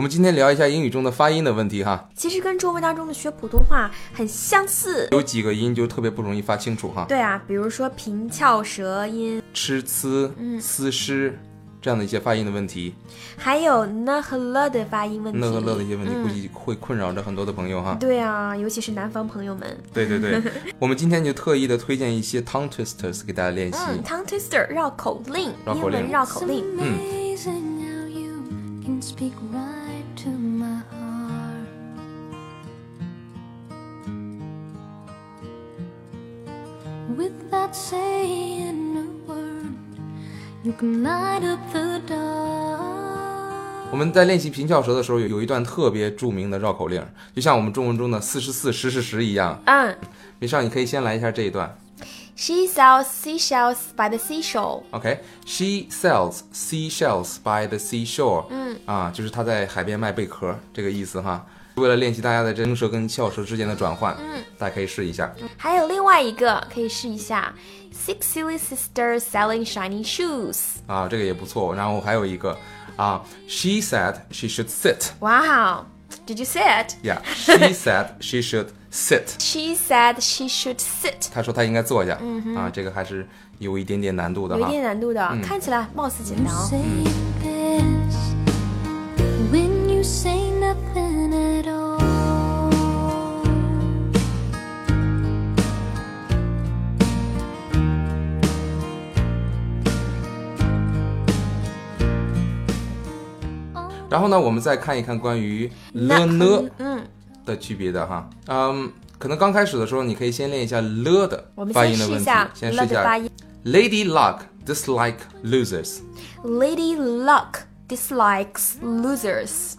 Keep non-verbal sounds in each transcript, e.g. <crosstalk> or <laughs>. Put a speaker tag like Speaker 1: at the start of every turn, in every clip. Speaker 1: 我们今天聊一下英语中的发音的问题哈，
Speaker 2: 其实跟中文当中的学普通话很相似。
Speaker 1: 有几个音就特别不容易发清楚哈，
Speaker 2: 对啊，比如说平翘舌音，
Speaker 1: 吃、呲、
Speaker 2: 嗯
Speaker 1: 思、诗这样的一些发音的问题，
Speaker 2: 还有呢和了的发音问题。
Speaker 1: 那和乐的一些问题，
Speaker 2: 嗯
Speaker 1: 估计会困扰着很多的朋友哈。
Speaker 2: 对啊，尤其是南方朋友们。
Speaker 1: 对对
Speaker 2: <laughs>
Speaker 1: 对，我们今天就特意的推荐一些 tongue twisters 给大家练习。
Speaker 2: 嗯，tongue twister 绕口令，
Speaker 1: 绕口令
Speaker 2: 英文绕口
Speaker 3: It's
Speaker 2: 令。
Speaker 3: amazing how you can speak right to my heart. Without saying a word, you can light up the dark.
Speaker 1: 我们在练习平翘舌的时候，有有一段特别著名的绕口令，就像我们中文中的四十四十是十一样。
Speaker 2: 嗯
Speaker 1: 米尚，你可以先来一下这一段。
Speaker 2: ，She sells seashells by the seashore。
Speaker 1: OK，she、sells seashells by the seashore。
Speaker 2: 嗯，
Speaker 1: 啊，就是她在海边卖贝壳这个意思哈。为了练习大家的真舌跟翘舌之间的转换，
Speaker 2: 嗯，
Speaker 1: 大家可以试一下。
Speaker 2: 还有另外一个可以试一下，Six silly sisters selling shiny shoes。
Speaker 1: 啊，这个也不错。然后还有一个啊，she said she should sit。
Speaker 2: Wow, did you see it? <laughs>
Speaker 1: Yeah，she said she should sit。
Speaker 2: She said she should sit.
Speaker 1: 她说她应该坐下。啊，这个还是有一点点难度的
Speaker 2: 嗯有一
Speaker 1: 哈。嗯
Speaker 2: 点难度的，看起来貌似简单哦。
Speaker 3: Say best when you say nothing at all. Oh,
Speaker 1: 然后呢，我们再看一看关于
Speaker 2: 那
Speaker 1: 了呢
Speaker 2: 嗯，
Speaker 1: 的区别的哈。嗯，可能刚开始的时候，你可以先练一下了的
Speaker 2: 我们
Speaker 1: 发
Speaker 2: 先
Speaker 1: 音的
Speaker 2: 试
Speaker 1: 问
Speaker 2: 一
Speaker 1: 题
Speaker 2: 下，
Speaker 1: 先试
Speaker 2: 了
Speaker 1: 一
Speaker 2: 的发
Speaker 1: 下。
Speaker 2: 音。
Speaker 1: Lady luck dislike losers。
Speaker 2: Lady Luck dislikes losers。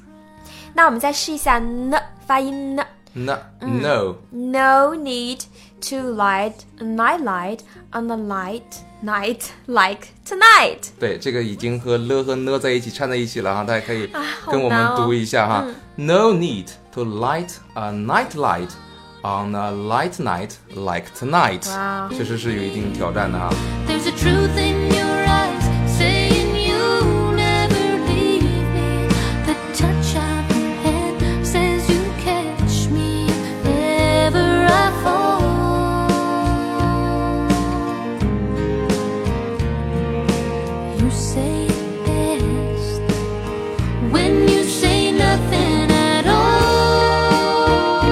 Speaker 2: 那我们再试一下呢发音呢。
Speaker 1: 那
Speaker 2: 嗯
Speaker 1: no
Speaker 2: No need to light a night light on a light night like tonight。
Speaker 1: 对，这个已经和了和呢在一起掺在一起了哈，大家可以
Speaker 2: 好
Speaker 1: 跟我
Speaker 2: 难
Speaker 1: 们
Speaker 2: 哦嗯
Speaker 1: 读一下哈。No need to light a night light on a light night like tonight，
Speaker 2: 哇哦
Speaker 1: 确实是有一定挑战的哈。
Speaker 3: There's a truth in your eyes saying you'll never leave me. The touch of your hand says you catch me if ever I fall. You say it best when you say nothing at all.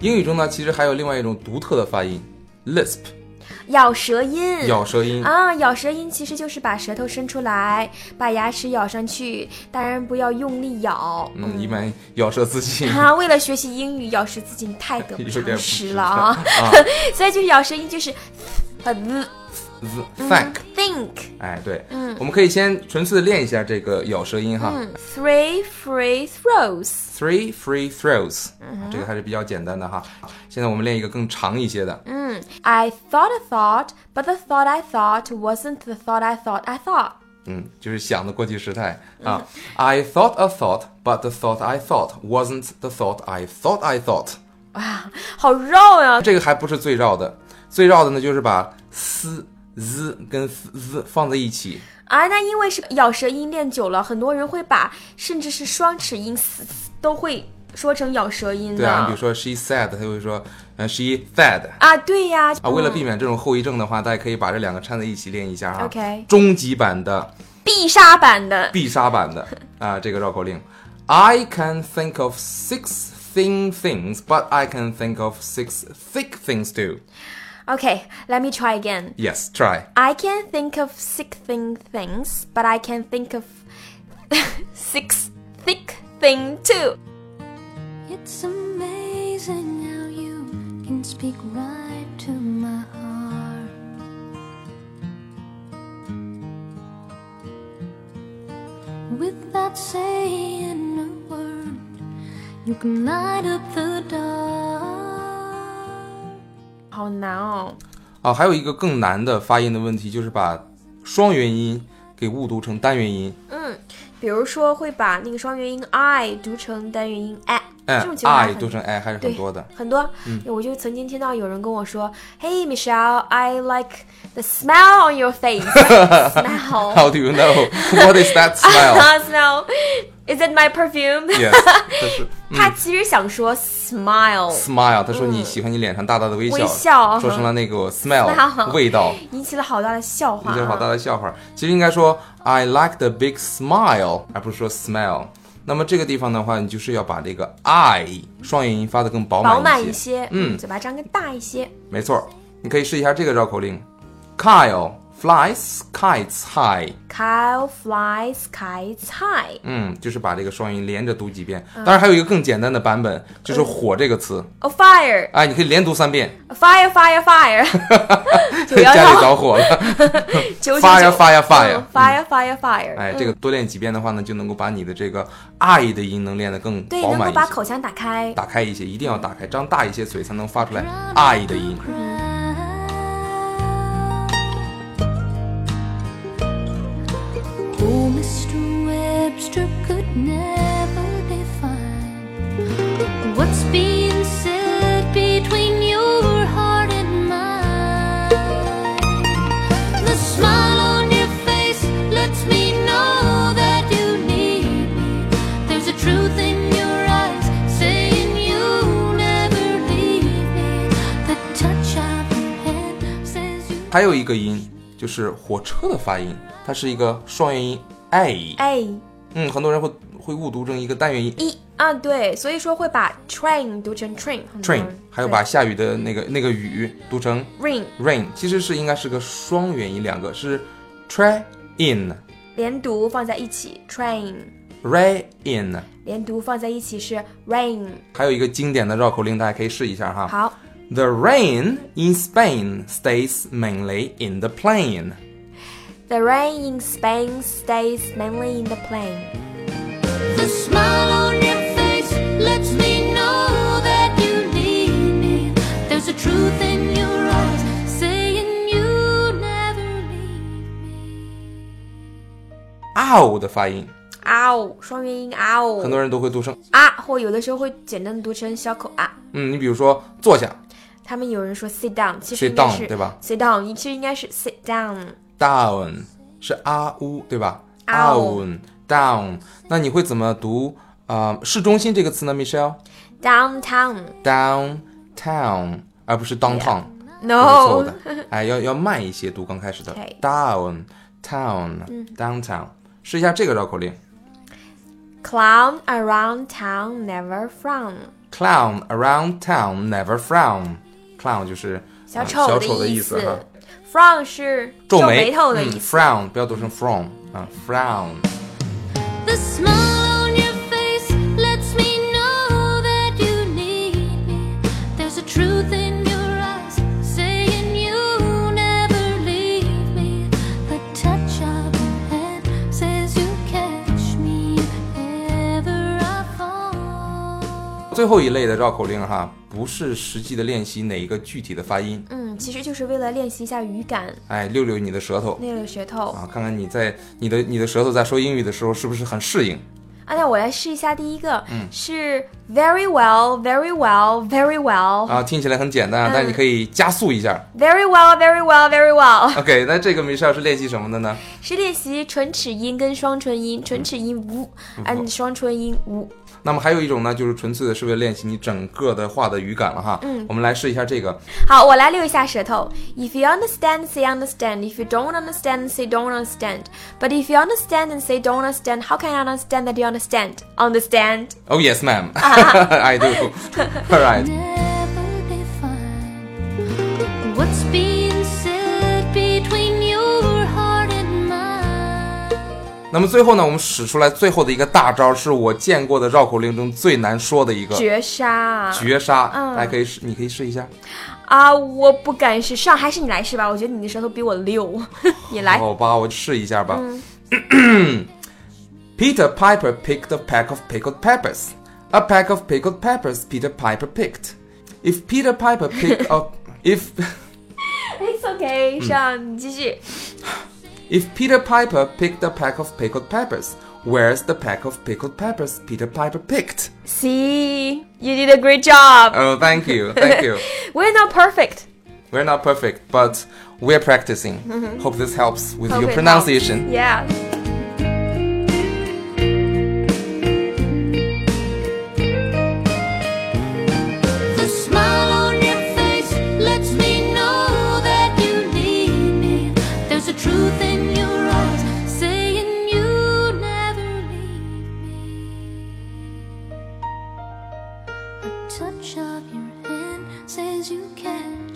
Speaker 1: 英语中呢，其实还有另外一种独特的发音，lisp，
Speaker 2: 咬舌音。
Speaker 1: 咬舌音。
Speaker 2: 啊，咬舌音其实就是把舌头伸出来，把牙齿咬上去，当然不要用力咬。
Speaker 1: 嗯，以免咬舌自尽。
Speaker 2: 啊，为了学习英语，咬舌自尽太得不
Speaker 1: 有点
Speaker 2: 偿
Speaker 1: 不
Speaker 2: 失
Speaker 1: 值 <laughs>
Speaker 2: 了啊！ <laughs> 所以就是咬舌音，就是很
Speaker 1: z thank，
Speaker 2: think。
Speaker 1: 哎，对，我们可以先纯粹地练一下这个咬舌音哈。
Speaker 2: 嗯，three free throws。
Speaker 1: Three free throws，这
Speaker 2: 嗯
Speaker 1: 啊个还是比较简单的哈。现在我们练一个更长一些的。
Speaker 2: 嗯，I thought a thought, but the thought I thought wasn't the thought I thought I thought。
Speaker 1: 嗯，就是想的过去时态啊。I
Speaker 2: 嗯
Speaker 1: thought a thought, but the thought I thought wasn't the thought I thought I thought。
Speaker 2: 好绕呀、
Speaker 1: 这个还不是最绕的，最绕的呢就是把丝、z 跟 z 放在一起。
Speaker 2: 啊，那因为是咬舌音练久了，很多人会把甚至是双齿音嘶嘶都会说成咬舌音
Speaker 1: 对
Speaker 2: 的。
Speaker 1: 啊，你比如说 she said，他就会说，呃，she said。
Speaker 2: 啊对呀、
Speaker 1: 啊，为了避免这种后遗症的话，大家可以把这两个掺在一起练一下哈。
Speaker 2: OK
Speaker 1: 终极版的、
Speaker 2: 必杀版的
Speaker 1: 必杀版的啊，这个绕口令，I can think of six thin things, but I can think of six thick things too.
Speaker 2: OK, let me try again.
Speaker 1: Yes, try.
Speaker 2: I can think of six thin things, but I can think of <laughs> six thick thing too.
Speaker 3: It's amazing how you can speak right to my heart. Without saying a word, you can light up the dark.
Speaker 2: 好难哦。
Speaker 1: 啊，还有一个更难的发音的问题，就是把双元音给误读成单元音。
Speaker 2: 嗯，比如说会把那个双元音 i 读成单元音 a。这种
Speaker 1: 嗯
Speaker 2: 情况
Speaker 1: ，I
Speaker 2: 很
Speaker 1: 读成 I 还是很
Speaker 2: 对，
Speaker 1: 多的。
Speaker 2: 很多。我就曾经听到有人跟我说：“Hey Michelle, I like the smell on your
Speaker 1: <laughs>
Speaker 2: face. smell,
Speaker 1: How do you know what is
Speaker 2: <laughs>
Speaker 1: that smell?
Speaker 2: smell. Is it my perfume？”
Speaker 1: yes，这是
Speaker 2: <laughs> 他其实想说 smile，
Speaker 1: smile。他说你喜欢你脸上大大的微笑，
Speaker 2: 微笑嗯
Speaker 1: 说成了那个 smell
Speaker 2: smell
Speaker 1: 味道，
Speaker 2: 引起了好大的笑话
Speaker 1: 这是好大
Speaker 2: 啊。
Speaker 1: 的笑话。其实应该说 I like the big smile，而不是说 smell。那么这个地方的话，你就是要把这个 I 双元音发的更饱
Speaker 2: 饱
Speaker 1: 满
Speaker 2: 满一些，
Speaker 1: 嗯
Speaker 2: 嘴巴张更大一些。
Speaker 1: 没错，你可以试一下这个绕口令：Kyle flies kites high。
Speaker 2: Kyle flies kites high。
Speaker 1: 嗯，就是把这个双音连着读几遍。
Speaker 2: 嗯
Speaker 1: 当然还有一个更简单的版本，就是“火”这个词，
Speaker 2: A Oh, fire,
Speaker 1: 哎，你可以连读三遍，
Speaker 2: a fire, fire, fire。九 <laughs>
Speaker 1: 家
Speaker 2: 幺
Speaker 1: 里
Speaker 2: 幺
Speaker 1: 着火了，
Speaker 2: 九九九
Speaker 1: fire fire fire，
Speaker 2: 嗯 fire fire fire。
Speaker 1: 哎，
Speaker 2: 嗯
Speaker 1: 这个多练几遍的话呢，就能够把你的这个 i 的音能练得更
Speaker 2: 对，
Speaker 1: 饱
Speaker 2: 能
Speaker 1: 满
Speaker 2: 够
Speaker 1: 一
Speaker 2: 把
Speaker 1: 些，
Speaker 2: 口腔打开。
Speaker 1: 打开一些，一定要打开，张大一些嘴才能发出来 i 的音。
Speaker 3: Oh, Mr. Webster could never define what's being said between your heart and mine. The smile on your face lets me know that you need me. There's a truth in your eyes saying you'll never leave me. The touch of your hand says you.
Speaker 1: 还有一个音就是火车的发音，它是一个双元音 a，
Speaker 2: 哎，
Speaker 1: 嗯，很多人会会误读成一个单元音
Speaker 2: 一啊，对，所以说会把 train 读成 train 很多
Speaker 1: train，
Speaker 2: 人
Speaker 1: 还有把下雨的那个那个雨读成
Speaker 2: 对 rain
Speaker 1: rain，其实是应该是个双元音，两个是 try in
Speaker 2: 连读放在一起 train，
Speaker 1: rain in。
Speaker 2: 连读放在一起是 rain。
Speaker 1: 还有一个经典的绕口令，大家可以试一下哈。
Speaker 2: 好
Speaker 1: The rain in Spain stays mainly in the plain。
Speaker 2: ，The rain in Spain stays mainly in the plain。
Speaker 3: The smile on your face lets me know that you need me. There's a truth in your eyes saying you never leave me.
Speaker 1: ow 的发音，
Speaker 2: 嗷，双元音嗷
Speaker 1: 很多人都会读成
Speaker 2: 啊，或有的时候会简单的读成小口啊。
Speaker 1: 嗯，你比如说坐下
Speaker 2: 他们有人说 sit down，其实
Speaker 1: Sit
Speaker 2: 应该
Speaker 1: down，
Speaker 2: 是
Speaker 1: 对吧
Speaker 2: ？sit down，其实应该是 sit down。
Speaker 1: down 是啊呜对吧
Speaker 2: ow
Speaker 1: ？down down，那你会怎么读啊、呃市中心这个词呢，Michelle？downtown
Speaker 2: Downtown，no，
Speaker 1: 而不是 downtown。是
Speaker 2: 哦
Speaker 1: 错误的，哎，要要慢一些读刚开始的
Speaker 2: Okay
Speaker 1: down town
Speaker 2: 嗯
Speaker 1: downtown，试一下这个绕口令
Speaker 2: Clown around town never frown。
Speaker 1: clown around town never frown。clown 就是
Speaker 2: 小
Speaker 1: 呃
Speaker 2: 丑
Speaker 1: 小
Speaker 2: 的
Speaker 1: 丑的
Speaker 2: 意
Speaker 1: 思
Speaker 2: <laughs>
Speaker 1: 哈，
Speaker 2: frown 是皱
Speaker 1: 眉
Speaker 2: 头的
Speaker 1: 嗯
Speaker 2: 意思。
Speaker 1: frown 不要读成 from 啊，frown。
Speaker 3: The smile on your face lets me know that you need me. There's a truth in your eyes saying you never leave me. The touch of your hand says you catch me if ever I fall.
Speaker 1: 最后一类的绕口令哈，不是实际的练习哪一个具体的发音，
Speaker 2: 嗯，其实就是为了练习一下语感，
Speaker 1: 哎，溜溜你的舌头
Speaker 2: 那个舌头。
Speaker 1: 啊，看看你在你的你的舌头在说英语的时候是不是很适应。
Speaker 2: 啊，那我来试一下第一个，
Speaker 1: 嗯
Speaker 2: 是 very well, very well, very well,
Speaker 1: 啊，听起来很简单啊，但是你可以加速一下。
Speaker 2: very well, very well, very well，
Speaker 1: OK，那这个 Michelle 是练习什么的呢？
Speaker 2: 是练习唇齿音跟双唇音，唇齿音呜，按双唇音呜。
Speaker 1: 那么还有一种呢，就是纯粹的是为了练习你整个的话的语感了哈。嗯，我们来试一下这个。
Speaker 2: 好，我来溜一下舌头。If you understand, say understand. If you don't understand, say don't understand. But if you understand and say don't understand, how can I understand that you understand? Understand?
Speaker 1: Oh yes, ma'am. <laughs> I do. All right.
Speaker 3: Never define what's being said between your heart and mine.
Speaker 1: 那么最后呢，我们使出来最后的一个大招，是我见过的绕口令中最难说的一个
Speaker 2: 绝杀啊！
Speaker 1: 绝杀。哎
Speaker 2: 嗯
Speaker 1: 大家可以试，你可以试一下。
Speaker 2: 啊！我不敢试，上还是你来试吧？我觉得你的舌头比我溜， <laughs> 你来。
Speaker 1: 好吧，我试一下吧。Peter Piper picked a pack of pickled peppers. A pack of pickled peppers Peter Piper picked. If Peter Piper
Speaker 2: <laughs>
Speaker 1: picked up if
Speaker 2: It's okay，上你继续。
Speaker 1: If Peter Piper picked a pack of pickled peppers, where's the pack of pickled peppers Peter Piper picked?
Speaker 2: See, you did a great job.
Speaker 1: Oh, thank you, thank
Speaker 2: <laughs>
Speaker 1: you.
Speaker 2: We're not perfect.
Speaker 1: We're not perfect, but we're practicing. Hope this helps with
Speaker 2: Mm-hmm. Hope
Speaker 1: your
Speaker 2: it
Speaker 1: pronunciation.
Speaker 2: helps. Yeah.
Speaker 3: The smile on your face lets me know that you need me. There's a truth in your eyes saying you never leave me. A touch of your hand says you catch